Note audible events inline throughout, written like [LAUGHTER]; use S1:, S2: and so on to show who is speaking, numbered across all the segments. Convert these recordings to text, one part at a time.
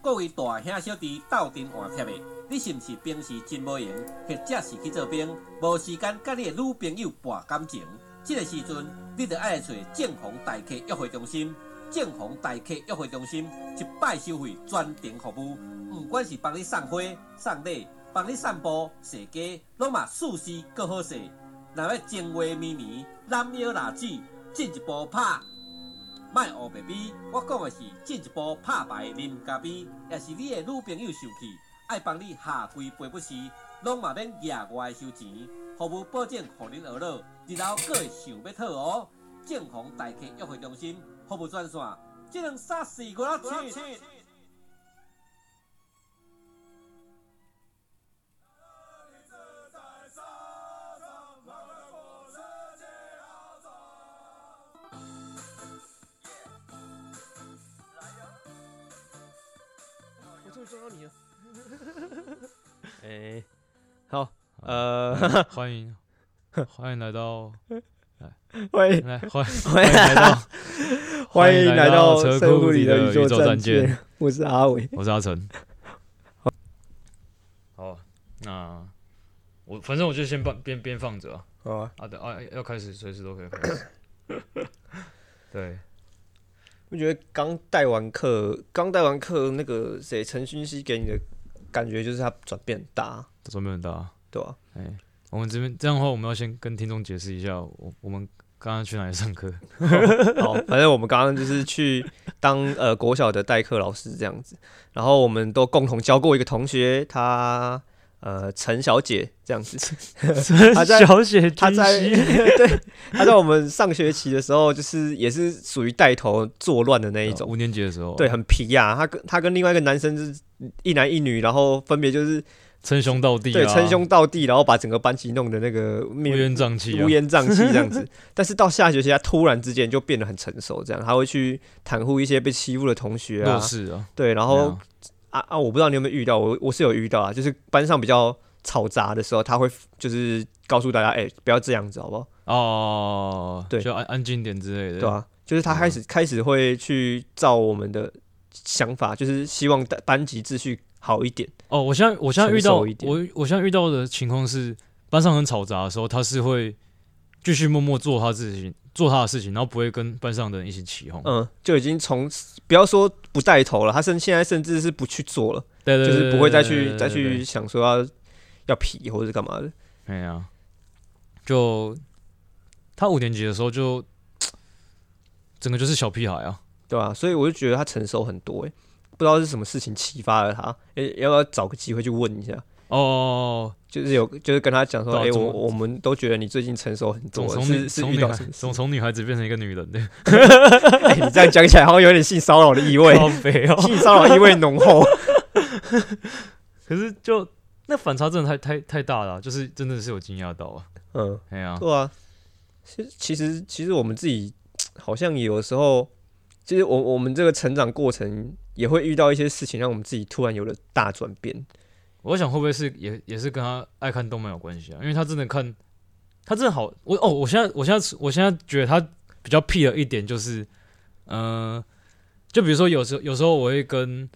S1: 各位大兄小弟斗阵换贴的，你是毋是平时真无闲，或者是去做兵，无时间甲你的女朋友博感情？这个时阵，你就爱找正红大客约会中心。正红大客约会中心一摆收费，专程服务，不管是帮你送花、送礼，帮你散步、踅街，拢嘛舒适够好势。若要情话绵绵、揽腰拉子，进一步拍，卖学白比。我讲的是进一步拍牌啉咖啡，也是你的女朋友受气，爱帮你下跪赔不是，拢嘛免额外收钱，服务保证互恁学落，日后阁会想要讨哦。正红大客约会中心服务专线：一两三四五六七。
S2: 我终于撞到你了。
S3: 哎、好，呃，
S4: 欢迎，欢迎来 [LAUGHS] 到，
S2: 欢迎
S4: 来欢
S2: 欢
S4: 欢迎来到，
S2: 嗯 [LAUGHS] 欢迎来到
S4: 车
S2: 深
S4: 库
S2: 库里
S4: 的
S2: 的
S4: 宇
S2: 宇
S4: 宙
S2: 宙
S4: 战
S2: 战
S4: 舰
S2: 舰， [LAUGHS] 我是阿伟。
S4: 我是阿成。 [LAUGHS] 好，啊那我反正我就先放边边放着啊，
S2: 好啊，
S4: 啊等啊要开始随时都可以开 [LAUGHS] 始。对，
S2: 我觉得刚带完课，刚带完课，那个谁陈勋熙给你的感觉就是他转变很大，
S4: 准备很大啊。
S2: 对吧、
S4: 哎、我们这边这样的话，我们要先跟听众解释一下，我我们刚刚去哪里上 [LAUGHS] 课？
S2: 好， [LAUGHS] 反正我们刚刚就是去当呃国小的代课老师这样子，然后我们都共同教过一个同学，她呃陈小姐这 [LAUGHS] 样子，他在
S3: 小雪
S2: 她
S3: 君
S4: [LAUGHS]
S2: 在
S3: 熙
S2: [LAUGHS] 对她在我们上学期的时候，就是也是属于带头作乱的那一种，
S4: 哦五年级的时候，啊
S2: 对，，很皮呀、她跟她跟另外一个男生就是一男一女，然后分别就是
S4: 称兄道弟、啊，
S2: 对称兄道弟，然后把整个班级弄得那个
S4: 乌
S2: 面
S4: 烟瘴气啊
S2: 乌，烟瘴气这样子。 [LAUGHS] 但是到下学期，他突然之间就变得很成熟，这样他会去袒护一些被欺负的同学
S4: 弱
S2: 啊，
S4: 势啊。
S2: 对，然
S4: 对
S2: 后
S4: 啊
S2: 啊啊，我不知道你有没有遇到，我我是有遇到啊，就是班上比较嘈杂的时候，他会就是告诉大家，哎、不要这样子，好不好？
S4: 哦，
S2: 对
S4: 就安安静点之类的，
S2: 对啊，就是他开
S4: 嗯
S2: 始、开始会去照我们的想法，就是希望班班级秩序好一点，
S4: 哦，我现在我现在遇到
S2: 成熟一点
S4: 我我现在遇到的情况是，班上很嘈杂的时候，他是会继续默默做他自己做他的事情，然后不会跟班上的人一起起哄。
S2: 嗯，就已经从不要说不带头了，他甚现在甚至是不去做了，
S4: 对对
S2: 就
S4: 对，
S2: 是不会再
S4: 对
S2: 去再去。想说要要皮或者是干嘛的。
S4: 哎呀、就他五年级的时候就整个就是小屁孩啊，
S2: 对啊，所以我就觉得他成熟很多、欸，不知道是什么事情启发了他，诶、要不要找个机会去问一下？
S4: 哦，
S2: 就是有，就是跟他讲说，
S4: 对啊
S2: 诶、
S4: 怎
S2: 我
S4: 么
S2: 我们都觉得你最近成熟很
S4: 总
S2: 多，
S4: 从
S2: 是
S4: 女
S2: 是
S4: 从
S2: 遇
S4: 女
S2: 到
S4: 孩
S2: 什么 [LAUGHS] 事？
S4: 总从女孩子变成一个女人的，
S2: 诶你这样讲起来好像有点性骚扰的意
S4: [LAUGHS]
S2: 味，
S4: 好肥
S2: [LAUGHS]
S4: 哦。
S2: 性骚扰意味浓
S4: [LAUGHS]
S2: 厚。
S4: 可是就那反差真的太太太大了啊、就是真的是有惊讶到啊。
S2: 嗯，
S4: 哎呀、
S2: 对啊，其实其实其实我们自己好像有时候，其实我我们这个成长过程也会遇到一些事情，让我们自己突然有了大转变。
S4: 我想会不会是也也是跟他爱看动漫有关系啊？因为他真的看，他真的好，我哦，我现在我现在我现在觉得他比较屁的一点就是，嗯、就比如说有时候有时候我会跟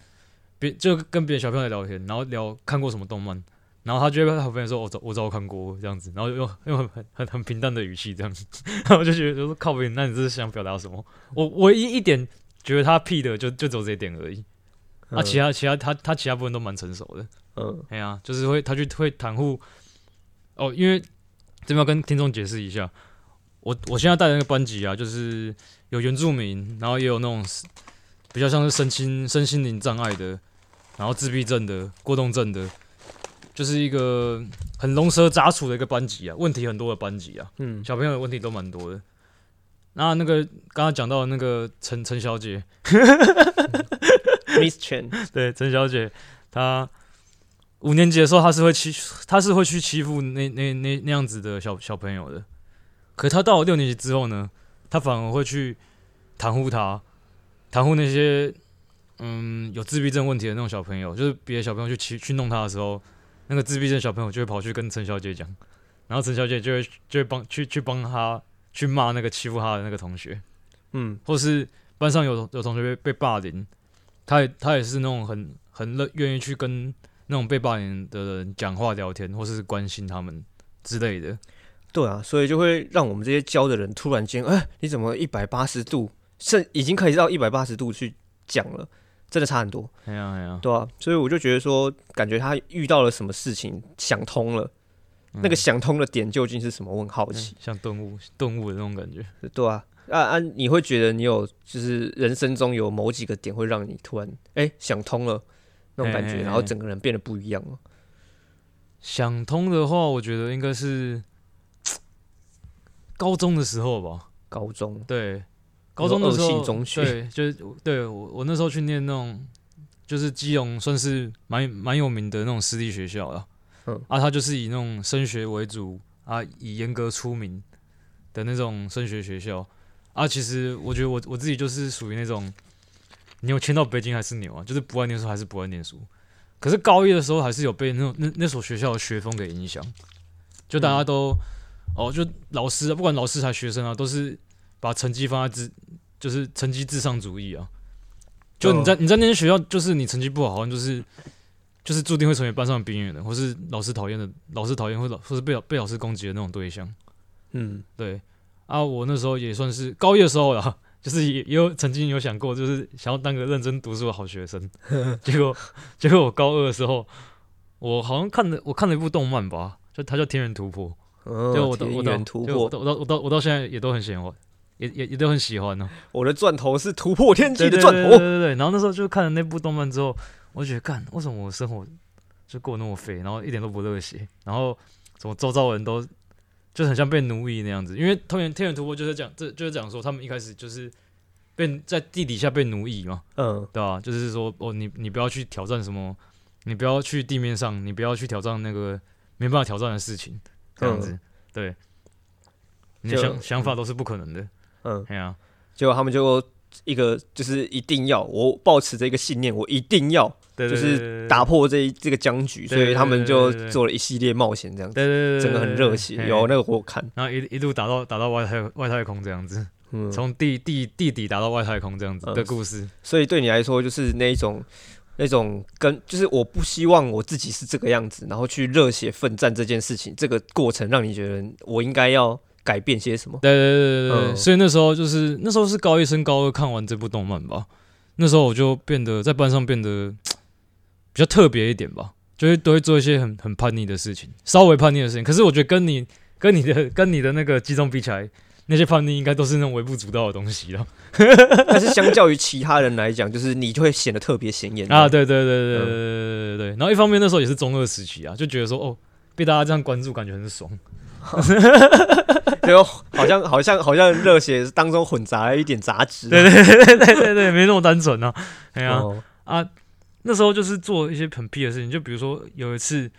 S4: 别就跟别的小朋友聊天，然后聊看过什么动漫，然后他就会跟他朋友说，我早我早看过这样子，然后用用很很很平淡的语气这样子， [LAUGHS] 然后我就觉得就是靠边，那你这是想表达什么？我唯一一点觉得他屁的就就只有这一点而已，
S2: 嗯
S4: 啊，其他其他他他其他部分都蛮成熟的。
S2: 嗯，
S4: 哎呀、就是会他就会袒护哦，因为这边要跟听众解释一下，我我现在带的那个班级啊，就是有原住民，然后也有那种比较像是身心身心灵障碍的，然后自闭症的、过动症的，就是一个很龙蛇杂处的一个班级啊，问题很多的班级啊，
S2: 嗯，
S4: 小朋友的问题都蛮多的。那那个刚刚讲到的那个陈陈小姐，
S2: Miss Chen，
S4: [LAUGHS] 对，陈小姐，她五年级的时候，她是会欺，她是会去欺负那那那那样子的小小朋友的。可她到了六年级之后呢，她反而会去袒护他，袒护那些嗯有自闭症问题的那种小朋友，就是别的小朋友去欺去弄他的时候，那个自闭症小朋友就会跑去跟陈小姐讲，然后陈小姐就会就会帮去去帮他去骂那个欺负他的那个同学。
S2: 嗯，
S4: 或是班上有有同学被被霸凌，他也他也是那种很很乐愿意去跟那种被霸凌的人讲话聊天，或是关心他们之类的。
S2: 对啊，所以就会让我们这些教的人突然间，哎、你怎么一百八十度，甚已经可以到一百八十度去讲了，真的差很多，
S4: 哎呀哎呀，
S2: 对啊，所以我就觉得说，感觉他遇到了什么事情，想通了，那个
S4: 嗯
S2: 想通的点究竟是什么？我很好奇，
S4: 像顿悟顿悟的那种感觉。
S2: 对啊。啊啊！你会觉得你有就是人生中有某几个点会让你突然哎、想通了那种感
S4: 嘿嘿
S2: 觉，
S4: 嘿
S2: 然后整个人变得不一样了。
S4: 想通的话，我觉得应该是高中的时候吧。
S2: 高中
S4: 对，高中的时
S2: 恶
S4: 候，
S2: 性中学
S4: 对，就是对我我那时候去念那种，就是基隆算是蛮蛮有名的那种私立学校了。
S2: 嗯
S4: 啊，它就是以那种升学为主啊，以严格出名的那种升学学校啊。其实我觉得我我自己就是属于那种，你有迁到北京还是牛啊，就是不爱念书还是不爱念书。可是高一的时候还是有被那种那那所学校的学风给影响，就大家都、哦，就老师啊，不管老师还是学生啊，都是把成绩放在至，就是成绩至上主义啊。就你在、你在那些学校，就是你成绩不好，好像就是就是注定会成为班上的边缘人，或是老师讨厌的，老师讨厌或老或是被老被老师攻击的那种对象。
S2: 嗯，
S4: 对啊，我那时候也算是高一的时候啦，就是也也有曾经有想过，就是想要当个认真读书的好
S2: [LAUGHS]
S4: 学生。结果结果我高二的时候，我好像看了我看了一部动漫吧，就它叫《天元突破》。
S2: 哦
S4: 就我到
S2: 田
S4: 我到
S2: 园突
S4: 就我
S2: 破，
S4: 到我到我到我到现在也都很喜欢，也也也都很喜欢呢、哦
S2: 我的钻头是突破 [LAUGHS] 天际
S4: 对
S2: 的
S4: 对
S2: 钻
S4: 对对对
S2: 头。
S4: 对。然后那时候就看了那部动漫之后，我就觉得干，为什么我生活就过得那么废，然后一点都不热血，然后什么周遭人都就很像被奴役那样子。因为《天元天元突破》就是讲这就是讲说他们一开始就是被在地底下被奴役嘛，
S2: 嗯，
S4: 对啊，就是说哦，你你不要去挑战什么，你不要去地面上，你不要去挑战那个没办法挑战的事情，这样子，对，你
S2: 嗯
S4: 的
S2: 就
S4: 想想法都是不可能的，
S2: 嗯，
S4: 哎呀、
S2: 结果他们就一个就是一定要，我保持这个信念，我一定要
S4: 对，
S2: 就
S4: 对
S2: 是打，破这一这个僵局，所
S4: 对
S2: 以他们
S4: 对
S2: 就
S4: 对对对
S2: 做了一系列冒险，这样子，
S4: 对对对对对对对，
S2: 整个很热血。
S4: 嘿
S2: 有那个我有看，
S4: 然后一一路打到打到外太外太空这样子，
S2: 嗯，
S4: 从地地地底打到外太空这样子
S2: 嗯
S4: 的故事，
S2: 所以对你来说就是那一种。那种跟就是我不希望我自己是这个样子，然后去热血奋战这件事情，这个过程让你觉得我应该要改变些什么？ [LAUGHS]
S4: 对对对对对，
S2: 嗯
S4: 所以那时候就是那时候是高一升高二看完这部动漫吧，那时候我就变得在班上变得比较特别一点吧，就会都会做一些很很叛逆的事情，稍微叛逆的事情。可是我觉得跟你跟你的跟你的那个击中比起来，那些叛逆应该都是那种微不足道的东西了
S2: 但是相较于其他人来讲，就是你就会显得特别显眼 [LAUGHS]
S4: 啊！，对对对对对对对对对。然后一方面那时候也是中二时期啊，就觉得说哦，被大家这样关注感觉很爽。
S2: 对哦，好像好像好像热血当中混杂了一点杂质，啊
S4: 对 [LAUGHS] 对对对对对，没那么单纯啊。哎呀、
S2: 哦，
S4: 啊，那时候就是做一些很屁的事情，就比如说有一次，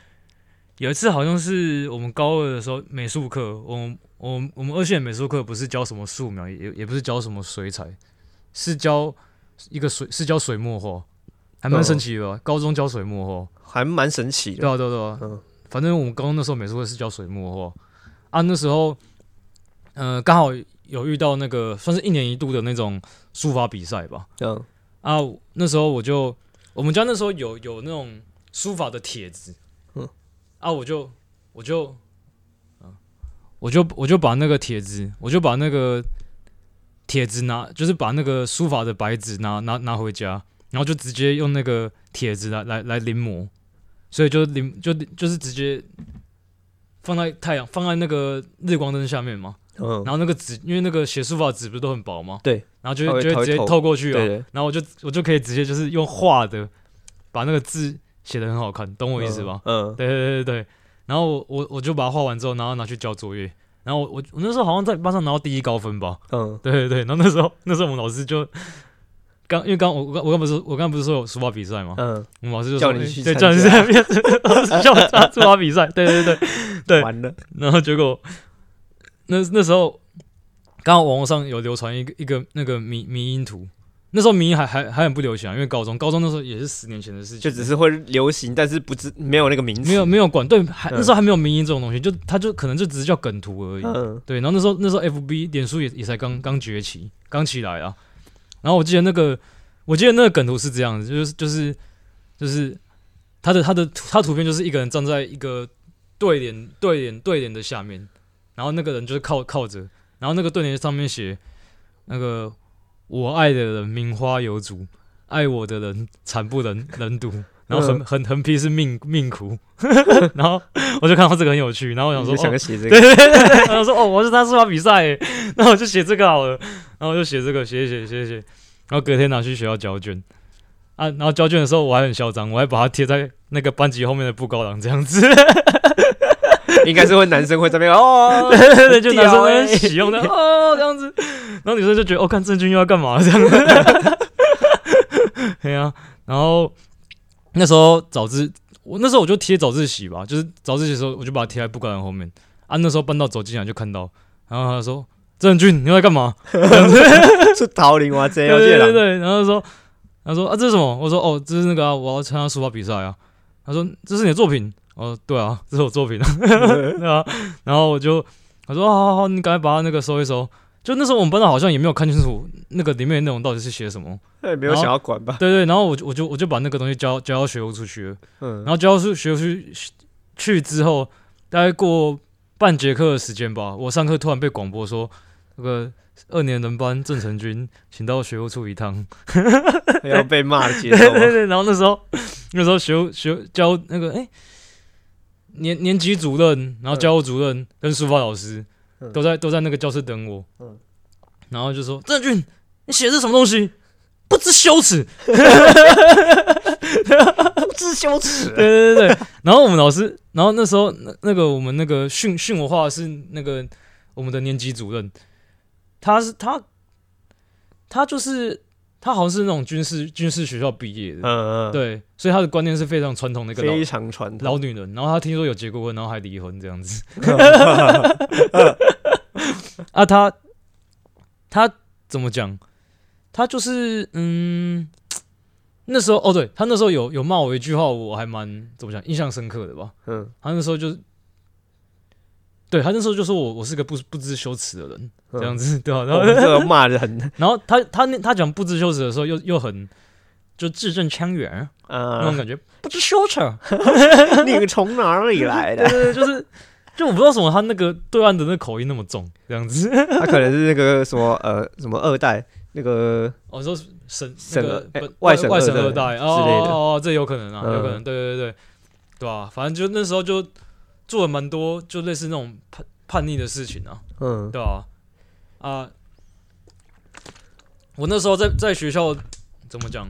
S4: 有一次好像是我们高二的时候美术课，我们我们我们二线美术课不是教什么素描，也也不是教什么水彩，是教一个水是教水墨画，还蛮神奇的吧、高中教水墨画，
S2: 还蛮神奇
S4: 对
S2: 的。
S4: 啊，对啊，对啊。
S2: 嗯
S4: 反正我们高中那时候美术课是教水墨画啊，那时候，呃，刚好有遇到那个算是一年一度的那种书法比赛吧。
S2: 嗯
S4: 啊，那时候我就我们家那时候有有那种书法的帖子，
S2: 嗯
S4: 啊，我就我就啊，我就我就把那个帖子，我就把那个帖子拿，就是把那个书法的白纸拿拿拿回家，然后就直接用那个帖子来来来临摹，所以就临就就是直接放在太阳放在那个日光灯下面嘛，
S2: 嗯，
S4: 然后那个纸，因为那个写书法的纸不是都很薄吗？
S2: 对，
S4: 然后就
S2: 它
S4: 会
S2: 会
S4: 就
S2: 它
S4: 会
S2: 会
S4: 直接
S2: 透
S4: 透过去啊
S2: 对对，
S4: 然后我就我就可以直接就是用画的把那个字写的很好看，懂我意思吧？
S2: 嗯？嗯，
S4: 对对对对对，然后我我我就把它画完之后，然后拿去交作业，然后我我我那时候好像在班上拿到第一高分吧，
S2: 嗯，
S4: 对对对，然后那时候那时候我们老师就刚因为刚我我刚我刚不是我刚不是说有书法比赛吗？
S2: 嗯，
S4: 我们老师就
S2: 叫
S4: 说
S2: 你
S4: 哎
S2: 去
S4: 对
S2: 参
S4: 叫你去
S2: 加
S4: 那边，老师 [LAUGHS] 叫我参加书法比赛，对对对对
S2: 完了，
S4: 然后结果那那时候刚好网络上有流传一个一个那个迷迷音图，那时候迷音还还还很不流行、啊，因为高中高中那时候也是十年前的事情，
S2: 就只是会流行，但是不知没有那个名字，
S4: 没有没有管对，还
S2: 嗯
S4: 那时候还没有迷音这种东西，就他就可能就只是叫梗图而已。
S2: 嗯，
S4: 对，然后那时候那时候 FB 脸书也也才刚刚崛起，刚起来啊。然后我记得那个我记得那个梗图是这样子，就是就是就是他的他的他图片就是一个人站在一个对联对联对联的下面，然后那个人就是靠靠着，然后那个对联上面写那个我爱的人名花有主，爱我的人惨不忍忍睹。然
S2: 嗯
S4: 后横横横批是命命苦， [LAUGHS] 然后我就看到这个很有趣，然后我想
S2: 你
S4: 说
S2: 就想
S4: 哦
S2: 个写这
S4: 对
S2: 个，
S4: 对对，然后说哦，我是他书法比赛耶，然后我就写这个好了，然后我就写这个，写写写写，然后隔天拿去学校交卷啊，然后交卷的时候我还很嚣张，我还把它贴在那个班级后面的布告栏这样子， [LAUGHS]
S2: 应该是会男生会这边哦，
S4: 对对 [LAUGHS] 对，就男生
S2: 屌欸
S4: 们使用的哦这样子，然后女生就觉得哦，看郑钧又要干嘛了这样子， [LAUGHS] 对啊，然后那时候早自我那时候我就贴早自习吧，就是早自习的时候我就把它贴在布告栏后面啊，那时候班导走进来就看到，然后他说郑钧你又在干嘛？
S2: 是桃林哇，这
S4: 对
S2: 要
S4: 对
S2: 见
S4: 对
S2: 了，
S4: 对，然后说他说啊这是什么？我说哦这是那个啊，我要参加书法比赛啊。他说这是你的作品？哦对啊，这是我作品啊，对啊。然后我就我说哦好好好，你赶快把它那个收一收。就那时候我们班长好像也没有看清楚那个里面的内容到底是写什么，
S2: 那也哎没有
S4: 然后
S2: 想要管吧？
S4: 对对，然后我就我就我就把那个东西交交到学务处去了，
S2: 嗯
S4: 然，后交到学学务处去之后，大概过半节课的时间吧，我上课突然被广播说那个二年人班郑成军，请到学务处一趟，
S2: [LAUGHS] 要被骂的节
S4: 对
S2: 奏吗，
S4: 对对，然后那时候 [LAUGHS] 那时候学务学务教那个哎、年年级主任，然后教务主任跟书法老师、
S2: 嗯
S4: 都在都在那个教室等我，
S2: 嗯
S4: 然后就说郑俊，你写的是什么东西？不知羞耻，
S2: [LAUGHS] 不知羞耻啊。
S4: 对对对对。然后我们老师，然后那时候那那个我们那个训训我画的是那个我们的年级主任，他是他他就是他好像是那种军事军事学校毕业的，
S2: 嗯嗯，
S4: 对，所以他的观念是非常传统的一个老
S2: 非常传统。
S4: 老女人，然后她听说有结过婚，然后还离婚这样子。啊，她她怎么讲？她就是嗯，那时候哦，对她那时候有有骂我一句话，我还蛮怎么讲印象深刻的吧。
S2: 嗯
S4: 她那时候就对她那时候就说我我是个不不知羞耻的人这样子，对吧、
S2: 嗯
S4: 然
S2: 我
S4: 后
S2: 们这个骂的
S4: [LAUGHS]
S2: 很
S4: 然后她她那她讲不知羞耻的时候又又很就字正腔圆、那种
S2: 啊，
S4: 感觉，不知羞耻。啊
S2: 你从哪里来
S4: [LAUGHS]
S2: 的？
S4: 对，就是就我不知道为什么他那个对岸的那口音那么重，这样
S2: [LAUGHS]
S4: 子。
S2: 他啊可能是那个什么呃什么二代那个
S4: 我哦说省
S2: 省
S4: 那
S2: 了
S4: 个
S2: 哎
S4: 本
S2: 外
S4: 外
S2: 省
S4: 外省
S2: 二代
S4: 二代
S2: 之
S4: 哦
S2: 类的
S4: 哦哦，这有可能啊，有可
S2: 嗯
S4: 能，对对对，对吧？反正就那时候就做了蛮多，就类似那种叛叛逆的事情啊，
S2: 嗯
S4: 对吧？啊，我那时候在在学校怎么讲？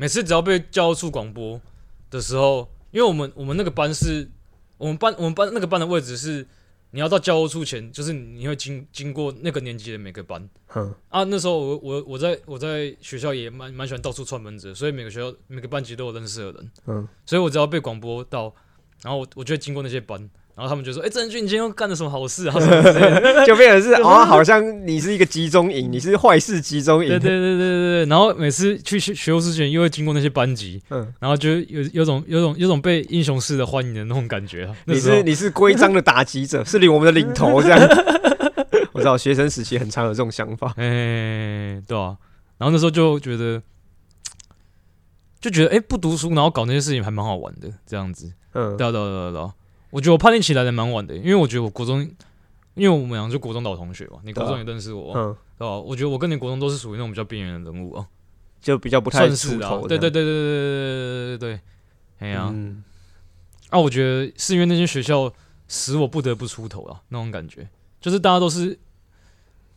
S4: 每次只要被教务处广播的时候，因为我们我们那个班是，我们班我们班那个班的位置是，你要到教务处前，就是你会经经过那个年级的每个班 [LAUGHS]
S2: 哼
S4: 啊。那时候我我我在我在学校也蛮蛮喜欢到处串门子的，所以每个学校每个班级都有认识的人，
S2: 嗯，
S4: 所以我只要被广播到，然后我我就会经过那些班。然后他们就说：“哎、郑俊，你今天又干了什么好事啊？” [LAUGHS] 什么之类的
S2: 就变成是哦，好像你是一个集中营，你是坏事集中营。
S4: 对对对对对对，然后每次去学学务之前，又会经过那些班级，
S2: 嗯，
S4: 然后就有有种有种有种被英雄式的欢迎的那种感觉啊。那
S2: 你
S4: 时候
S2: 是你是规章的打击
S4: [LAUGHS]
S2: 者，是领我们的领头这样。 [LAUGHS] 我知道学生时期很常有这种想法，
S4: 哎、对啊，然后那时候就觉得，就觉得哎、不读书，然后搞那些事情还蛮好玩的，这样子。
S2: 嗯，
S4: 对啊对啊对啊对啊，我觉得我叛逆期来的蛮晚的，因为我觉得我国中，因为我们俩是国中老同学嘛，你国
S2: 对啊
S4: 中也认识我啊，
S2: 嗯，
S4: 对吧、我觉得我跟你国中都是属于那种比较边缘的人物啊，
S2: 就比较不太
S4: 算是
S2: 出
S4: 的、
S2: 头。
S4: 啊对对，对对对对对对对对，哎呀、
S2: 嗯，
S4: 啊，我觉得是因为那间学校使我不得不出头啊，那种感觉，就是大家都是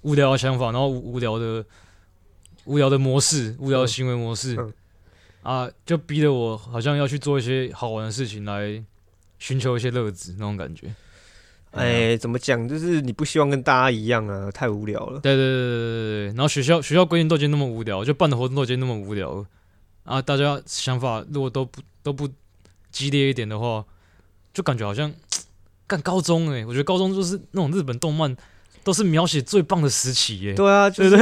S4: 无聊的想法，然后无无聊的无聊的模式、无聊的行为模式、
S2: 嗯
S4: 啊，就逼得我好像要去做一些好玩的事情来寻求一些乐子，那种感觉。啊
S2: 哎，怎么讲？就是你不希望跟大家一样啊，太无聊了。
S4: 对对对对对对，然后学校学校规定都已经那么无聊，就办的活动都已经那么无聊了啊，大家想法如果都不都不激烈一点的话，就感觉好像干高中哎、我觉得高中就是那种日本动漫都是描写最棒的时期耶、
S2: 对
S4: [LAUGHS]
S2: 啊，就是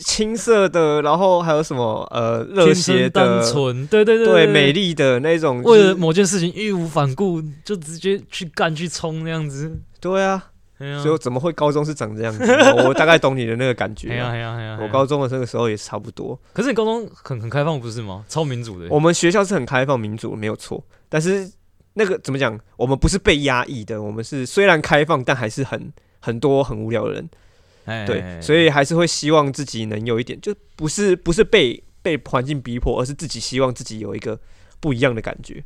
S2: 青涩的，然后还有什么呃热
S4: 天
S2: 血
S4: 真
S2: 的
S4: 单，纯，对对对
S2: 对
S4: 对
S2: 美丽的那种，
S4: 为了
S2: 就是
S4: 某件事情义无反顾，就直接去干去冲那样子，
S2: 对啊，
S4: 哎呀
S2: 所以我怎么会高中是长这样子？哦我大概懂你的那个感
S4: [LAUGHS] 哎
S2: 觉
S4: 呀
S2: 啊。
S4: 哎呀哎呀！
S2: 我
S4: 嘿啊
S2: 高，中的那个时候也差不多。
S4: 可是你高中很很开放不是吗？超民主的。
S2: 我们学校是很开放民主，没有错。但是那个怎么讲？我们不是被压抑的，我们是虽然开放，但还是很很多很无聊的人。
S4: 哎
S2: 对，所以还是会希望自己能有一点，就不是不是被被环境逼迫，而是自己希望自己有一个不一样的感觉。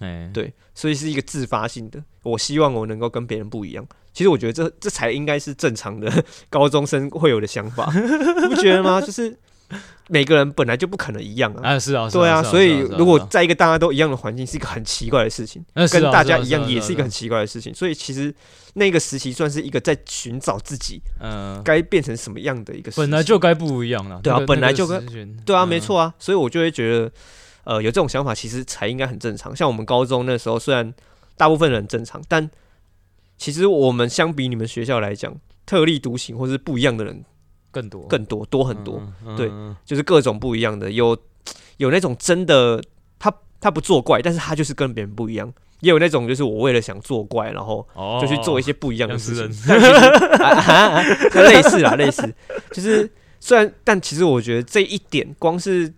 S4: 哎
S2: 对，所以是一个自发性的。我希望我能够跟别人不一样。其实我觉得这这才应该是正常的 [LAUGHS] 高中生会有的想
S4: [LAUGHS]
S2: 法，你不觉得吗？就是每个人本来就不可能一样啊。
S4: 啊是啊，是
S2: 对啊，
S4: 是
S2: 所以
S4: 是啊
S2: 如果
S4: 是啊
S2: 在一个大家都一样的环境，是一个很奇怪的事情，
S4: 呃是啊
S2: 跟大
S4: 是啊
S2: 家一
S4: 是啊
S2: 样
S4: 是啊
S2: 也是一
S4: 是
S2: 个
S4: 啊
S2: 很奇怪的事情。所以其实那个时期算是一个在寻找自己
S4: 嗯，
S2: 该变成什么样的一个时期。
S4: 本来就该不一样了。
S2: 对啊
S4: 那个
S2: 本来就
S4: 那
S2: 该
S4: 个时间
S2: 对啊，
S4: 嗯
S2: 没错啊，所以我就会觉得，呃，有这种想法其实才应该很正常。像我们高中那时候，虽然大部分人很正常，但其实我们相比你们学校来讲，特立独行或是不一样的人
S4: 更多
S2: 更多，多很多，，
S4: 嗯
S2: 对，
S4: 嗯
S2: 就是各种不一样的，有有那种真的他他不作怪，但是他就是跟别人不一样。也有那种就是我为了想作怪，然后
S4: 哦，
S2: 就去做一些
S4: 些
S2: 不一样的
S4: 养
S2: 事
S4: 殖
S2: 情
S4: 人，
S2: 但其
S4: [LAUGHS]
S2: 实啊啊啊就类似啦，类似，就是虽然，但其实我觉得这一点，光是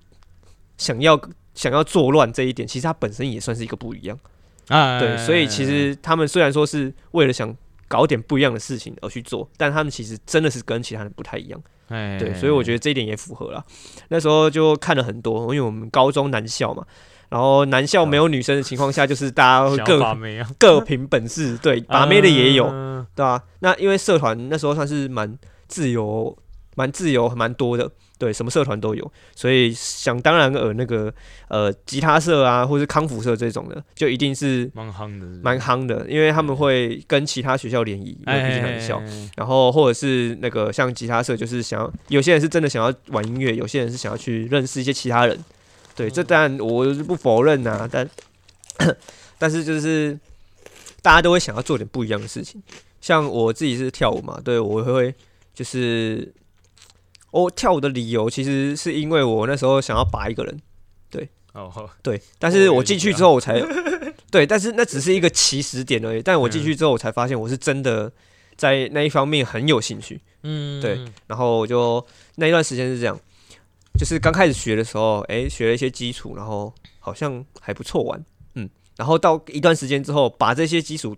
S2: 想要想要作乱这一点，其实它本身也算是一个不一样。
S4: 啊，
S2: 对，所以其实他们虽然说是为了想搞点不一样的事情而去做，但他们其实真的是跟其他人不太一样。
S4: 哎
S2: 对，所以我觉
S4: 得
S2: 得这一点也符合啦。那时候就看了很多，因为我们高中男校嘛。然后男校没有女生的情况下，就是大家会
S4: 把
S2: 各
S4: 妹啊，
S2: 各凭本事，对，把妹的也有，
S4: 嗯
S2: 对啊，那因为社团那时候算是蛮自由、蛮自由、蛮多的，对，什么社团都有，所以想当然尔那个呃吉他社啊，或是康复社这种的，就一定是
S4: 蛮夯的，是不是哎
S2: 蛮夯的，因为他们会跟其他学校联谊，因为毕竟很小。然后或者是那个像吉他社，就是想要有些人是真的想要玩音乐，有些人是想要去认识一些其他人。对，这当然我是不否认啊，但 [COUGHS] 但是就是大家都会想要做点不一样的事情。像我自己是跳舞嘛，对我会就是我跳舞的理由其实是因为我那时候想要拔一个人，
S4: 哦，好
S2: 对，但
S4: 我
S2: 是
S4: 也
S2: 我
S4: 理解
S2: 进去
S4: 啊
S2: 之后我才对，但是那只是一个起始点而已。但我进去之后我才发现我是真的在那一方面很有兴趣。
S4: 嗯，
S2: 对然后我就那一段时间是这样，就是刚开始学的时候，哎、学了一些基础，然后好像还不错玩，嗯，然后到一段时间之后，把这些基础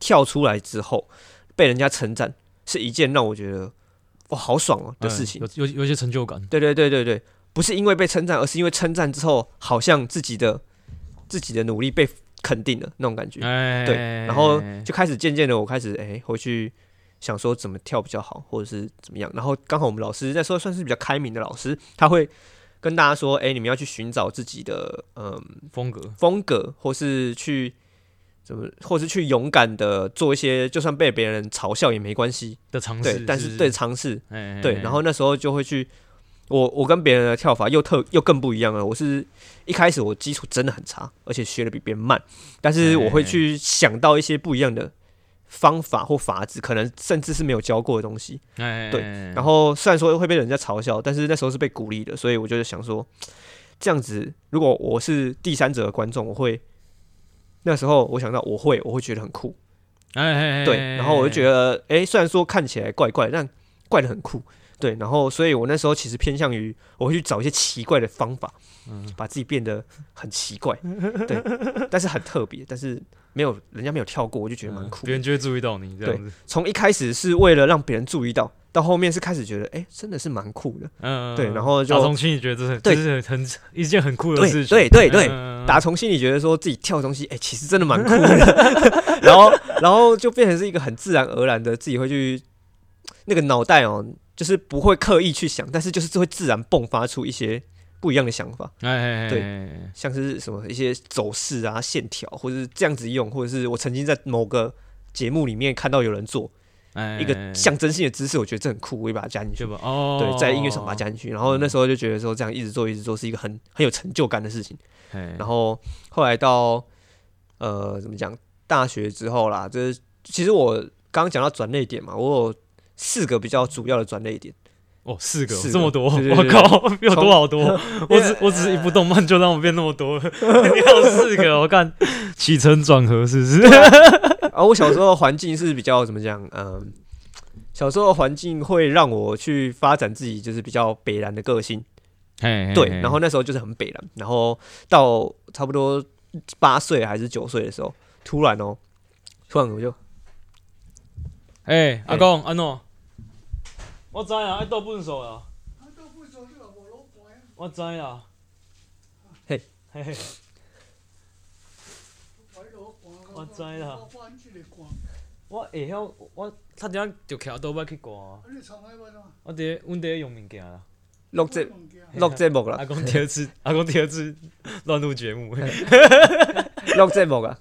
S2: 跳出来之后，被人家称赞，是一件让我觉得哇好爽哦、的
S4: 嗯
S2: 事情。
S4: 有有有一些成就感，
S2: 对对对对对，不是因为被称赞，而是因为称赞之后，好像自己的自己的努力被肯定了那种感觉。
S4: 哎，
S2: 对，然后就开始渐渐的，我开始哎、回去想说怎么跳比较好，或者是怎么样。然后刚好我们老师那时候算是比较开明的老师，他会跟大家说，哎、你们要去寻找自己的嗯
S4: 风格，
S2: 风格，或是去怎么，或是去勇敢的做一些，就算被别人嘲笑也没关系，
S4: 的尝
S2: 对
S4: 试，，
S2: 但
S4: 是
S2: 是对，尝试，
S4: 哎
S2: 对，然后那时候就会去，我我跟别人的跳法又特又更不一样了。我是一开始我基础真的很差，而且学的比别人慢，但是我会去想到一些不一样的方法或法子，可能甚至是没有教过的东西。
S4: 哎，
S2: 对然
S4: 后
S2: 后虽然说会被人家嘲笑，但是那时候是被鼓励的，所以我就想说，这样子如果我是第三者的观众，我会那时候我想到我会我会觉得很酷，
S4: 哎，
S2: 对，然后我就觉
S4: 得
S2: 得，哎、虽然说看起来怪怪，但怪的很酷，对，然后所以我那时候其实偏向于我会去找一些奇怪的方法，
S4: 嗯
S2: 把自己变得很奇
S4: [LAUGHS]
S2: 怪，对，但是很特别，但是没有人家没有跳过，我就觉得蛮酷
S4: 哎别
S2: 的。
S4: 人就会注意到你这样子，
S2: 从一开始是为了让别人注意到，到后面是开始觉得，哎、真的是蛮酷的。
S4: 嗯，
S2: 对然后就
S4: 打从心里觉得这是
S2: 对
S4: 这是很很一件很酷的
S2: 对
S4: 事情，
S2: 对对对
S4: 嗯
S2: 打从心里觉得说自己跳的东西，哎、其实真的蛮酷的，然后然后就变成是一个很自然而然的，自己会去那个脑袋哦，就是不会刻意去想，但是就是会自然迸发出一些不一样的想法，
S4: 哎，
S2: 对
S4: 对，
S2: 像是什么一些走势啊、线条，或者是这样子用，或者是我曾经在某个节目里面看到有人做
S4: 哎
S2: 一个象征性的姿势，我觉得这很酷，我也把它加进去
S4: 对。吧？哦，
S2: 对，在音乐上把它加进去，然后那时候就觉得说这样一直做一直做是一个很很有成就感的事情。
S4: 哎，
S2: 然后后来到呃怎么讲，大学之后啦，这其实我刚刚讲到转类点嘛，我有四个比较主要的转类点，
S4: 哦，四个
S2: 四个
S4: 这么多，
S2: 对对
S4: 我
S2: 对
S4: 靠，有
S2: 从
S4: 多好多！我只
S2: 呃
S4: 我只是一部动漫就 [LAUGHS] 让我变那么多了，你有四个，我看起承转合是不是？
S2: 啊、啊，我小时候的环境是比较怎么讲？嗯，小时候的环境会让我去发展自己就是比较北蓝的个性，
S4: [LAUGHS] 嘿嘿
S2: 对
S4: 嘿。
S2: 然后那时候就是很北蓝，然后到差不多八岁还是九岁的时候，突然哦，突然我就
S4: 哎，阿公安诺，我知啊，爱倒粪扫啊，我知啊，
S2: 嘿
S4: 嘿嘿，我知啦我会晓，我差点就徛倒摆去挂啊，我伫哦阮伫用物
S2: [LAUGHS]
S4: 件啦。
S2: 录这录节目
S4: 阿
S2: 了，
S4: 公第二次，阿公第二次乱录
S2: [LAUGHS]
S4: 节目。
S2: 录节目了，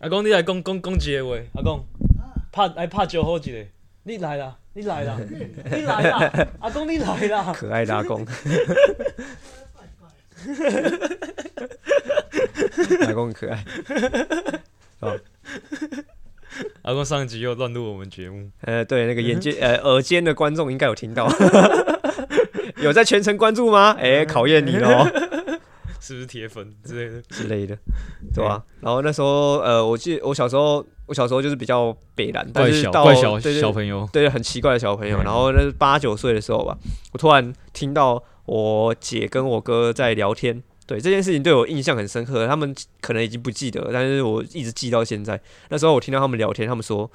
S4: 阿公，你来讲讲讲一个话，阿公，拍来拍招呼一个，你来啦，你
S2: [LAUGHS]
S4: 来啦，你来啦，阿公你来啦，
S2: 可爱的阿公，阿公很可爱。
S4: 阿公上一集又乱录我们节目，
S2: 呃，对，
S4: 嗯
S2: 那个眼尖呃耳尖的观众应该有
S4: [LAUGHS]
S2: 听到，有在全程关注吗？哎、
S4: 嗯
S2: 考验你喽
S4: 是不是铁粉之类的？
S2: [LAUGHS] 之
S4: [LAUGHS]
S2: 类的，对吧、
S4: 哎
S2: 然后那时候呃，我记得我小时候，我小时候就是比较北蓝，但
S4: 怪
S2: 是
S4: 小
S2: 到
S4: 怪小
S2: 对对
S4: 小朋友，
S2: 对很奇怪的小朋友。
S4: 嗯
S2: 然后那是八九岁的时候吧，我突然听到我姐跟我哥在聊天。对这件事情对我印象很深刻，他们可能已经不记得了，但是我一直记到现在。那时候我听到他们聊天，他们说：“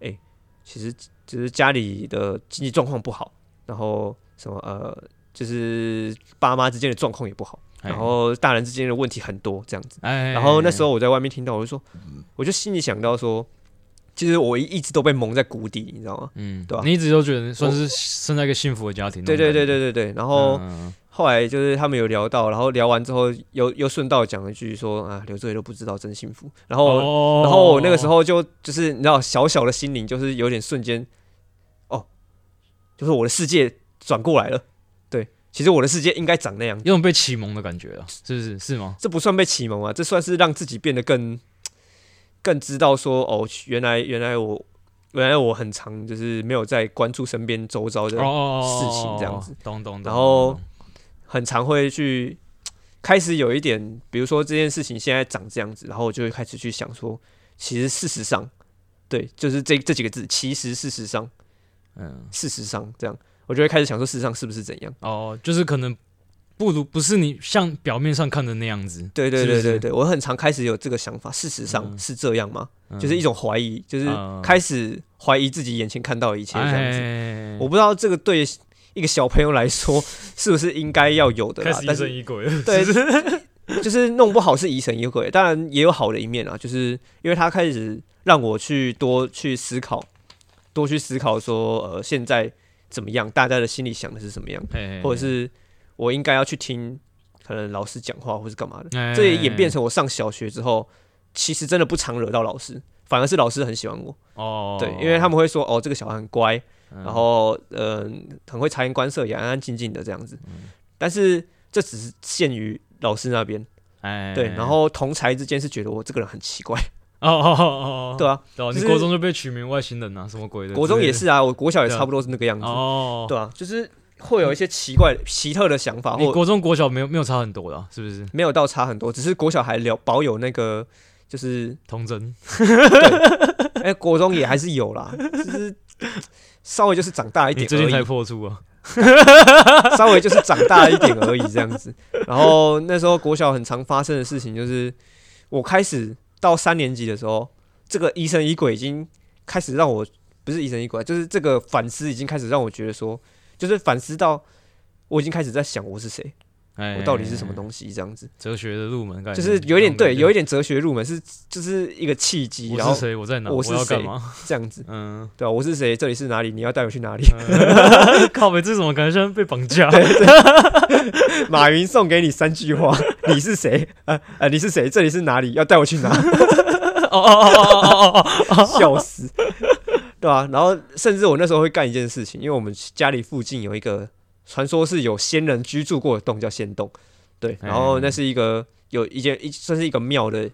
S2: 哎、其实就是家里的经济状况不好，然后什么呃，就是爸妈之间的状况也不好，然后大人之间的问题很多这样子。”
S4: 哎，
S2: 然后那时候我在外面听到，我就说，我就心里想到说，其实我一一直都被蒙在鼓底，你知道吗？
S4: 嗯，
S2: 对啊
S4: 你一直都觉得算是生在一个幸福的家庭，
S2: 对对对
S4: 对，
S2: 对对对。然后
S4: 嗯
S2: 后来就是他们有聊到，然后聊完之后又又顺道讲了一句说啊，刘志伟都不知道真幸福。然后、
S4: 哦
S2: 然后我那个时候就就是你知道，小小的心灵就是有点瞬间，哦，就是我的世界转过来了。对，其实我的世界应该长那样。
S4: 有种被启蒙的感觉啊，是不是？是吗？
S2: 这不算被启蒙啊，这算是让自己变得更更知道说哦，原来原来我原来我很常就是没有在关注身边周遭的，
S4: 哦，
S2: 事情这样子，
S4: 懂懂懂。
S2: 然后
S4: 懂
S2: 很常会去开始有一点，比如说这件事情现在长这样子，然后我就会开始去想说，其实事实上，对，就是这这几个字，其实事实上，
S4: 嗯，
S2: 事实上这样，我就会开始想说，事实上是不是怎样？
S4: 哦，就是可能不如不是你像表面上看的那样子，
S2: 对对
S4: 是不
S2: 对
S4: 是
S2: 对对，我很常开始有这个想法，事实上
S4: 嗯
S2: 是这样吗？
S4: 嗯
S2: 就是一种怀疑，就是
S4: 嗯
S2: 开始怀疑自己眼前看到的一切这样子。
S4: 哎
S2: 我不知道这个对一个小朋友来说是不是应该要有的
S4: 开
S2: 啦
S4: 始，疑
S2: 但
S4: 神
S2: 是
S4: 疑鬼了。
S2: 对，就是弄不好是疑神疑鬼，当然也有好的一面啊，就是因为他开始让我去多去思考，多去思考说呃现在怎么样，大家的心里想的是什么样，
S4: 嘿
S2: 或者是我应该要去听可能老师讲话或是干嘛的。
S4: 嘿
S2: 这也演变成我上小学之后，其实真的不常惹到老师，反而是老师很喜欢我。
S4: 哦，
S2: 对，因为他们会说哦，这个小孩很乖，
S4: 嗯
S2: 然后嗯、很会察言观色，也安安静静的这样子。
S4: 嗯
S2: 但是这只是限于老师那边，
S4: 哎
S2: 对。然后同才之间是觉得我这个人很奇怪，
S4: 哦哦哦哦，
S2: 对啊。
S4: 对啊，
S2: 就
S4: 你
S2: 是
S4: 国中就被取名外星人啊，什么鬼的？
S2: 国中也
S4: 之
S2: 是啊，我国小也
S4: 对啊
S2: 差不多是那个样
S4: 类
S2: 子
S4: 的，哦，
S2: 对啊，就是会有一些奇怪、奇特的想法，
S4: 你
S2: 或
S4: 国中国小没有没有差很多啦，是不是？
S2: 没有到差很多，只是国小还留保有那个。就是，
S4: 童真，
S2: 哎、国中也还是有啦，就是稍微就是长大一
S4: 你
S2: 哎点
S4: 最
S2: 而
S4: 近
S2: 已
S4: 才。破处啊？ [LAUGHS]
S2: 稍微就是长大一点而已这样子。然后那时候国小很常发生的事情就是，我开始到三年级的时候，这个疑神疑鬼已经开始让我不是疑神疑鬼，就是这个反思已经开始让我觉得说，就是反思到我已经开始在想我是谁，
S4: 哎，
S2: 我到底是什么东西这样子，
S4: 哲学的入门概念，
S2: 就是有点对，有一
S4: 一
S2: 点哲学入门是就是一个契机，然
S4: 我
S2: 后
S4: 是谁？我在哪？
S2: 我
S4: 我
S2: 是
S4: 要
S2: 谁
S4: 干嘛？
S2: 这样子，
S4: 嗯，
S2: 对吧、啊我是谁？这里是哪里？你要带我去哪里？
S4: [LAUGHS] 靠北，这怎么感觉像被绑架？
S2: 马云送给你三句话：你是谁？ [LAUGHS] 呃呃，你是谁？这里是哪里？要带我去哪？
S4: 哦哦哦哦哦哦哦，
S2: 笑死， [LAUGHS] 对啊，然后甚至我那时候会干一件事情，因为我们家里附近有一个传说是有仙人居住过的洞，叫仙洞。对，然后那是一个有一间一算是一个庙的，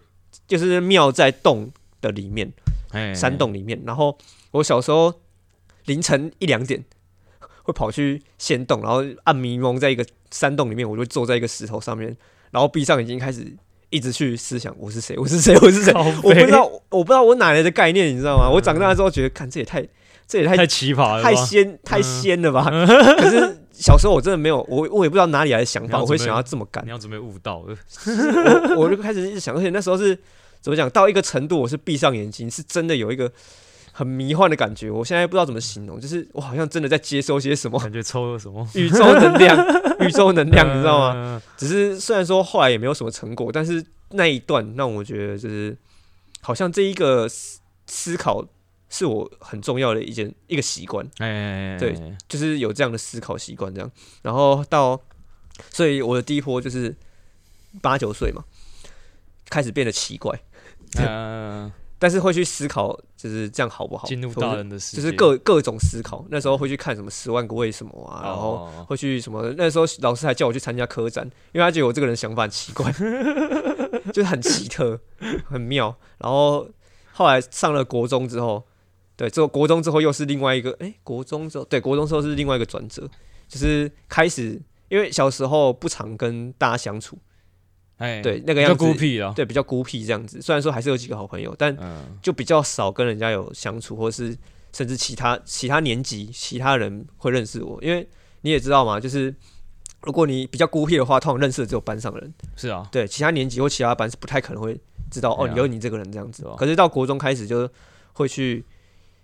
S2: 就是庙在洞的里面，
S4: 哎
S2: 山洞里面。然后我小时候凌晨一两点会跑去仙洞，然后暗迷蒙在一个山洞里面，我就坐在一个石头上面，然后闭上眼睛开始一直去思想我是谁，我是谁，我是谁，
S4: 靠
S2: [LAUGHS] 我不
S4: 背
S2: 知道，我不知道我哪来的概念，你知道吗？我长大之后觉得，看这也太，这也太
S4: 嗯太奇葩了吧，
S2: 太鲜太
S4: 嗯
S2: 鲜了吧？ [LAUGHS] 可是小时候我真的没有，我我也不知道哪里来的想
S4: 你
S2: 法，
S4: 要
S2: 我会
S4: 准备
S2: 想要这么干
S4: 你。要准备悟道了，
S2: 我我就开始一直想，而且那时候是怎么讲，到一个程度，我是闭上眼睛，是真的有一个很迷幻的感觉。我现在不知道怎么形容，就是我好像真的在接收些什么 [LAUGHS]
S4: 感觉抽了什么
S2: 宇宙能量，宇宙能量，你知道吗？
S4: 吗？
S2: 只是虽然说后来也没有什么成果，但是那一段让我觉得就是好像这一个思思考是我很重要的一件一个习惯。
S4: 哎，
S2: 对就是有这样的思考习惯，这样。然后到，所以我的第一波就是八九岁嘛，开始变得奇怪，
S4: 嗯，
S2: 但是会去思考，就是这样好不好？
S4: 进入
S2: 或者
S4: 大
S2: 是
S4: 人的世
S2: 就
S4: 界，
S2: 是各各种思考。那时候会去看什么《十万个为什么》啊，然后
S4: 哦
S2: 会去什么？那时候老师还叫我去参加科展，因为他觉得我这个人想法很奇怪， [LAUGHS] 就是很奇特，很妙。然后后来上了国中之后，对，之后国中之后又是另外一个，哎、国中之后，对，国中之后是另外一个转折，就是开始，因为小时候不常跟大家相处，
S4: 哎，
S2: 对，那个
S4: 比
S2: 样
S4: 较
S2: 子，
S4: 孤僻了，
S2: 对，比较孤僻这样子。虽然说还是有几个好朋友，但
S4: 嗯，
S2: 就比较少跟人家有相处，或是甚至其他其他年级其他人会认识我，因为你也知道嘛，就是如果你比较孤僻的话，通常认识的只有班上的人，
S4: 是啊，
S2: 对，其他年级或其他班是不太可能会知道、哦，
S4: 对啊
S2: 你有你这个人这样子
S4: 对啊。
S2: 可是到国中开始就会去，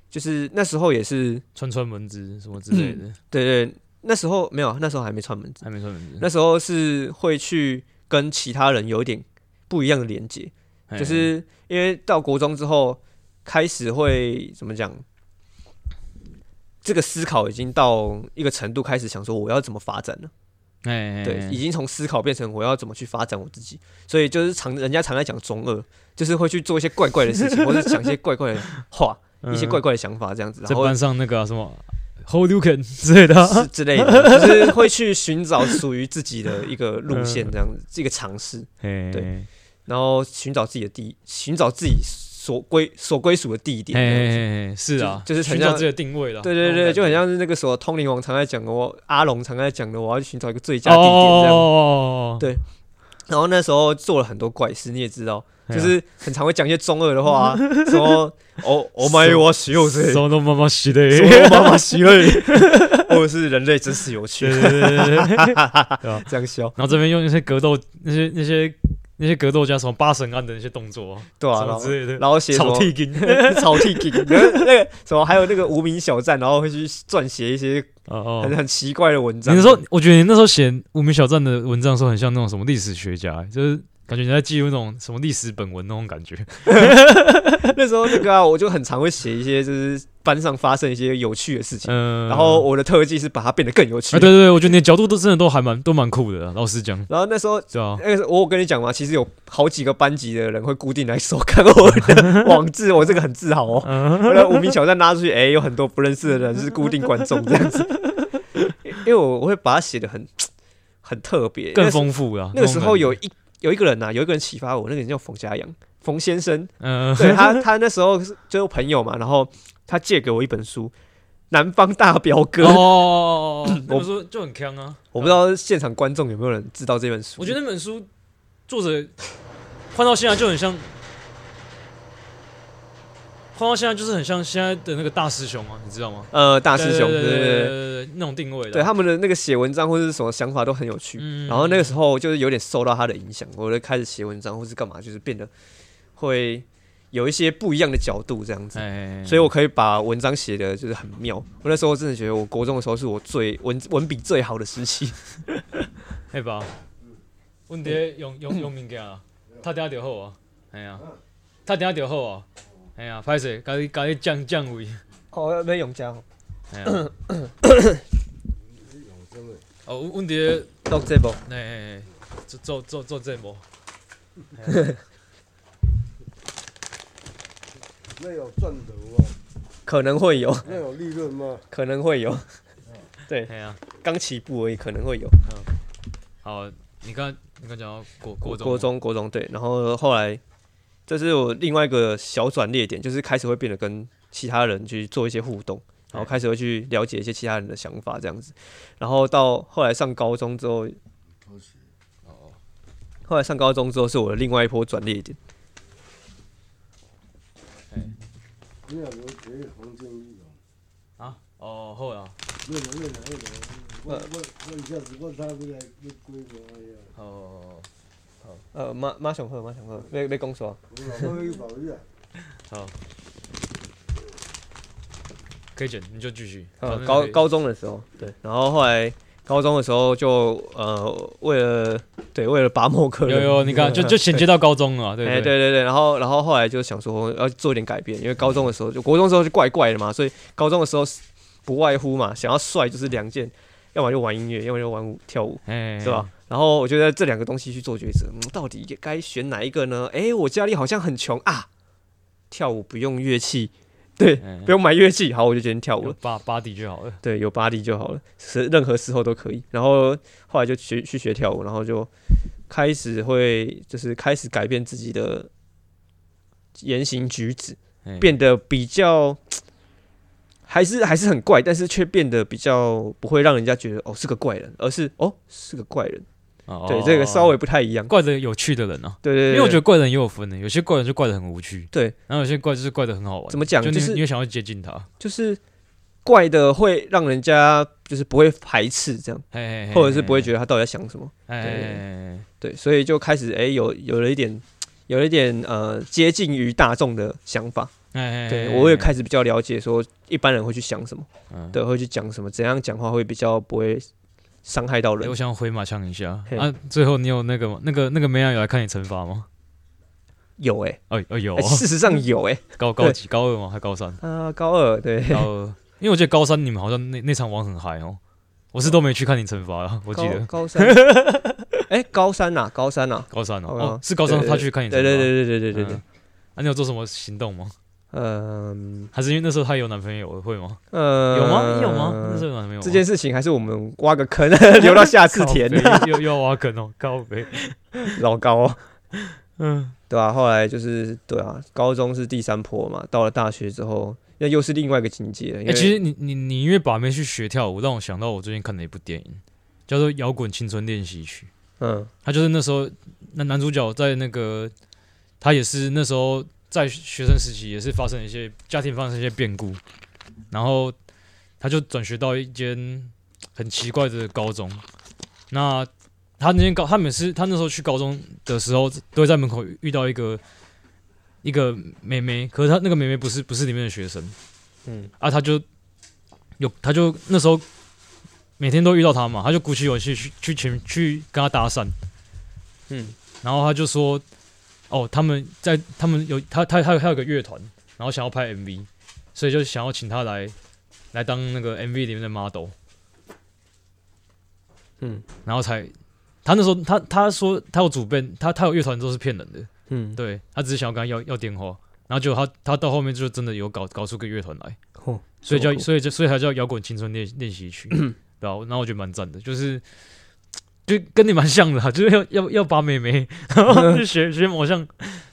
S2: 就是那时候也是
S4: 穿穿门子什么之类的，
S2: 对对，那时候没有，啊那时候还没串门子，
S4: 还没穿门子，
S2: 那时候是会去跟其他人有一点不一样的连接，
S4: 哎
S2: 就是因为到国中之后，开始会怎么讲？这个思考已经到一个程度，开始想说我要怎么发展了。
S4: 哎，哎
S2: 对，已，经从思考变成我要怎么去发展我自己。所以就是常人家常在讲中二，就是会去做一些怪怪的事情，或者讲一些怪怪的话，
S4: 哎
S2: 一些怪，怪的想法这样子，
S4: 嗯在
S2: 然后
S4: 班上那个啊什么 Hold You Can 之类的啊，
S2: 之之类的，就是会去寻找属于自己的一个路线，这样子，一个尝试。
S4: 对，
S2: 然后寻找自己的地，寻找自己所归所归属的地点。这样子
S4: 哎，哎是啊，
S2: 就是就是很
S4: 寻找
S2: 像
S4: 自己的定位了，
S2: 对对
S4: 那
S2: 对，
S4: 种感
S2: 就很
S4: 觉
S2: 像哦是那个什么通灵王常在讲的，我阿龙常在讲的，我要去寻找一个最佳地点这样。
S4: 哦，
S2: 对然后那时候做了很多怪事，你也知道，
S4: 哎
S2: 就
S4: 呀
S2: 是很常会讲一些中二的话、 [LAUGHS] 啊，什么哦哦妈我是有 [LAUGHS] 谁，
S4: 手动妈妈洗的，
S2: 我哦妈妈喜欢， [LAUGHS] 或者是人类真是有
S4: 对
S2: 趣，
S4: 对对对对。
S2: [LAUGHS] 这样笑，
S4: 然后这边用那些格斗、那些那些那些格斗家什么八神庵的那些动作、啊，
S2: 对啊，
S4: 什
S2: 然
S4: 么
S2: 后
S4: 之类的，
S2: 然后写什么
S4: 草剃筋
S2: [LAUGHS] 草剃顶，然后那个什么还有那个无名小站，然后会去撰写一些
S4: 哦哦
S2: 很。很奇怪的文
S4: 你
S2: 章。
S4: 那时候，我觉得你那时候写无名小站的文章的时候，很像那种什么历史学家、就是感觉你在记录那种什么历史本文那种感觉。
S2: [LAUGHS] 那时候那个啊，我就很常会写一些就是班上发生一些有趣的事情，[LAUGHS]
S4: 嗯，
S2: 然后我的特技是把它变得更有趣。
S4: 啊，对对对，我觉得你的角度都真的都还蛮都蛮酷的啊、老实讲，
S2: 然后那时候，
S4: 对啊，
S2: 那个时候我有跟你讲嘛，其实有好几个班级的人会固定来收看我的 [LAUGHS] 网志，我这个很自豪哦。
S4: 嗯
S2: 后来无名小站拉出去，哎、有很多不认识的人是固定观众这样子，因为我我会把它写的很很特别。
S4: 更
S2: 那时
S4: 丰富啊。
S2: 那个时候有
S4: 那种
S2: 一有一个人呐、啊有一个人启发我，那个人叫冯家阳，冯先生，
S4: 感觉，
S2: [COUGHS]
S4: 嗯，
S2: 对他， [LAUGHS] 他那时候是就是朋友嘛，然后他借给我一本书《南方大表哥》
S4: 哦，那本书就很强啊。
S2: 我不知道现场观众有没有人知道这本书。
S4: 我觉得那本书作者换到现在就很像，换到现在就是很像现在的那个大师兄啊，你知道吗？
S2: 呃，大师兄，对
S4: 对对
S2: 对
S4: 对
S2: 对，
S4: 对对，那种定位的，啊
S2: 对他们的那个写文章或者是什么想法都很有趣。
S4: 嗯
S2: 然后那个时候就是有点受到他的影响，我就开始写文章或是干嘛，就是变得会有一些不一样的角度这样子。
S4: 哎，
S2: 所以我可以把文章写的就是很妙。我那时候真的觉得，我国中的时候是我最文文笔最好的时 [LAUGHS] 期。
S4: 哎嘿吧，问题用用用物件啊，他等下就好啊，哎呀，他等下就好啊，哎呀，拍势，家己家己降降位，
S2: 哦，没永嘉，[COUGHS]
S4: 哎呀，哦，问题。
S2: 到这不？
S4: 哎哎哎，做做做做这幕。
S5: 那有赚头哦，
S2: 可能会有，
S5: 那有利润吗？
S2: 可能会有，
S4: 哎呀，
S2: 刚起步而已，可能会有。
S4: 好，你刚你刚讲到国国中，
S2: 国，中国中对，然后后来这是我另外一个小转捩点，就是开始会变得跟其他人去做一些互动，然后开始会去了解一些其他人的想
S4: 哦
S2: 法这样子，然后到后来上高中之后，后来上高中之后，是我的另外一波转捩点。
S5: 你有没有给黄建义哦？
S4: 啊，哦，后啊，
S5: 没有没有没有没有，我我我一下子我差不多那规模呀，
S4: 哦，
S2: 呃，妈妈想喝，妈想喝，被被公说。
S5: 我老公一保育啊，
S4: 可以剪，你就继续。
S2: 呃
S4: 反，正
S2: 高
S4: 可以，
S2: 高中的时候，对，然后后来高中的时候就呃，为了对为了拔某科
S4: 有
S2: 人，
S4: 有，你
S2: [LAUGHS]
S4: 刚就就衔接到高中了，对
S2: 哎，
S4: 不
S2: 对？对对，然后然后后来就想说哦要做一点改变，因为高中的时候就国中的时候就怪怪的嘛，所以高中的时候是不外乎嘛，想要帅就是两件，要么就玩音乐，要么就玩舞跳舞，
S4: 哎，
S2: 是吧？？然后我觉得这两个东西去做抉择，嗯，到底该选哪一个呢？哎，我家里好像很穷啊，跳舞不用乐器，对，
S4: 哎
S2: 不用买乐器，好，我就决定跳舞
S4: 有
S2: 了。
S4: 八八底就好了。
S2: 对，有巴黎就好了，是任何时候都可以。然后后来就学去学跳舞，然后就开始会就是开始改变自己的言行举止，
S4: 哎
S2: 变得比较还是还是很怪，但是却变得比较不会让人家觉得哦是个怪人，而是哦是个怪人。
S4: 哦
S2: [LAUGHS] 对，这个稍微
S4: 哦
S2: 不太一样。
S4: 怪的有趣的人啊，
S2: 对对对，
S4: 因为我觉
S2: 得
S4: 得怪人也有分的，有些怪人就怪的很无趣，
S2: 对，
S4: 然后有些怪就是怪的很好玩。
S2: 怎么讲
S4: 就你
S2: 就是
S4: 你会想要接近他，
S2: 就是怪的会让人家就是不会排斥这样，
S4: 嘿嘿嘿
S2: 或者是不会觉
S4: 得，
S2: 得他到底在想什么。
S4: 哎哎哎
S2: 对，所以就开始哎、有有了一点，有了一点呃接近于大众的想法。
S4: 哎哎，
S2: 对我也开始比较了解说一般人会去想什么，
S4: 嗯
S2: 对，会去讲什么，怎样讲话会比较不会伤害到
S4: 哎
S2: 人
S4: 我。想回马枪一下
S2: 嘿
S4: 啊！最后你有那个吗？那个那个梅亚有来看你惩罚吗？
S2: 有哎、
S4: 哦哦有
S2: 哎
S4: 哦，
S2: 事实上有哎、
S4: 高高几高二吗？还
S2: [LAUGHS]
S4: 高三？
S2: 啊、高二对，
S4: 高二，因为我记得高三你们好像那那场玩很嗨哦，我是都没去看你惩罚了，我记
S2: 哦高高
S4: 得
S2: 三，哎、高三呐、高三呐、
S4: 高三哦，
S2: 高
S4: 哦是高三他去看你惩罚，
S2: 对对对对对对对
S4: 嗯，啊，你有做什么行动吗？
S2: 嗯
S4: 还是因为那时候他有男朋友了，会吗？
S2: 呃，
S4: 有吗？你有吗？那时候有男朋友吗？
S2: 这件事啊情还是我们挖个坑， [LAUGHS] 留到下次填。
S4: 靠背又又要挖坑哦，高飞。
S2: 老高、哦，
S4: [LAUGHS] 嗯，
S2: 对啊，后来就是对啊，高中是第三波嘛，到了大学之后，那又是另外一个境界 [LAUGHS] 了。因
S4: 哎、
S2: 为
S4: 其实你你你因为把妹去学跳舞，让我想到我最近看的一部电影，叫做《摇滚青春练习曲》。
S2: 嗯
S4: 他就是那时候那男主角在那个，他也是那时候在学生时期也是发生一些家庭发生一些变故，然后他就转学到一间很奇怪的高中。那他那间高，他每次他那时候去高中的时候，都会在门口遇到一个一个妹妹，可是他那个妹妹不是不是里面的学生，
S2: 嗯
S4: 啊，他就有，他就那时候每天都遇到他嘛，他就鼓起勇气去去前去跟他搭讪，
S2: 嗯，
S4: 然后他就说，哦，他们在他们有他他他有他有个乐团，然后想要拍 MV，所以就想要请他来来当那个 MV 里面的 model，
S2: 嗯，
S4: 然后才他那时候他他说他有主编，他他有乐团都是骗人的，
S2: 嗯，
S4: 对他只是想要跟他要要电话，然后结果他他到后面就真的有搞搞出个乐团来。
S2: 哦
S4: 所以
S2: 这么
S4: 叫
S2: 酷
S4: 所以就所以才叫摇滚青春练练
S2: [CLEARS THROAT]
S4: 习曲，对啊，然后我觉得蛮赞的，就是就跟你蛮像的、啊，就是要要要把妹妹，然后去学学某项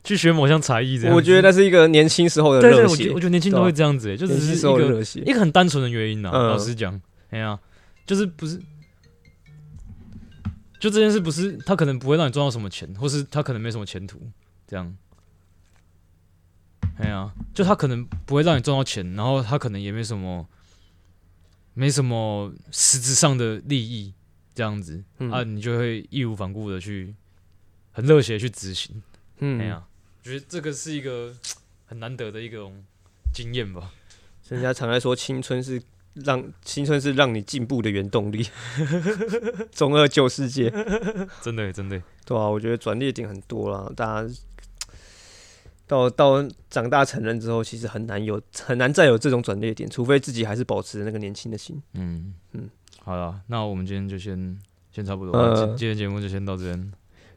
S4: 去学某项才艺这样
S2: 嗯
S4: 子。
S2: 我觉得那是一个年轻时候的
S4: 对对，
S2: 热
S4: 我
S2: 血
S4: 觉得我，觉得年轻都
S2: 对啊
S4: 会这样子、欸，就只
S2: 年轻
S4: 是
S2: 时候
S4: 一
S2: 的
S4: 个
S2: 热血。
S4: 一个很单纯的原因呐、啊
S2: 嗯
S4: 老实讲，哎呀、就是不是。就这件事不是他可能不会让你赚到什么钱，或是他可能没什么前途，这样。哎呀、就他可能不会让你赚到钱，然后他可能也没什么，没什么实质上的利益，这样子、啊，
S2: 嗯
S4: 你就会义无反顾的去，很热血地去执行。哎
S2: 嗯，
S4: 呀、我觉得这个是一个很难得的一种经验吧。
S2: 人家常来说青春是让青春是让你进步的原动
S4: [LAUGHS]
S2: 力，中二旧世界。
S4: 真的耶，真的耶，
S2: 对啊，我觉得转捩点很多啦，大家到到长大成人之后，其实很难有很难再有这种转捩点，除非自己还是保持那个年轻的心。
S4: 嗯
S2: 嗯
S4: 嗯，好了，那我们今天就先先差不多，
S2: 呃
S4: 今今天节目就先到这边。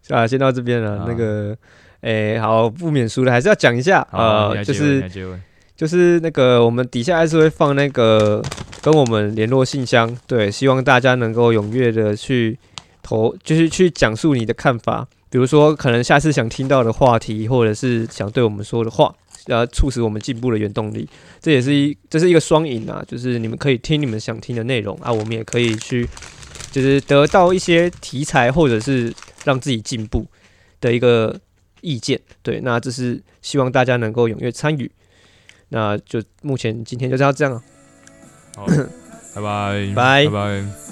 S2: 啊，先到这边了。
S4: 啊
S2: 那个，哎、好，不免俗的，还是要讲一下，
S4: 好啊，你
S2: 呃，
S4: 来
S2: 就
S4: 结尾你
S2: 是
S4: 来结尾，
S2: 就是那个，我们底下还是会放那个跟我们联络信箱，对，希望大家能够踊跃的去投，就是去讲述你的看法，比如说可能下次想听到的话题，或者是想对我们说的话，呃，促使我们进步的原动力。这也是一这是一个双赢啊，就是你们可以听你们想听的内容啊，我们也可以去就是得到一些题材，或者是让自己进步。的一个意见。对，那这是希望大家能够踊跃参与。那就目前今天就到这样了。 [LAUGHS]
S4: 好，拜拜，
S2: 拜
S4: 拜拜。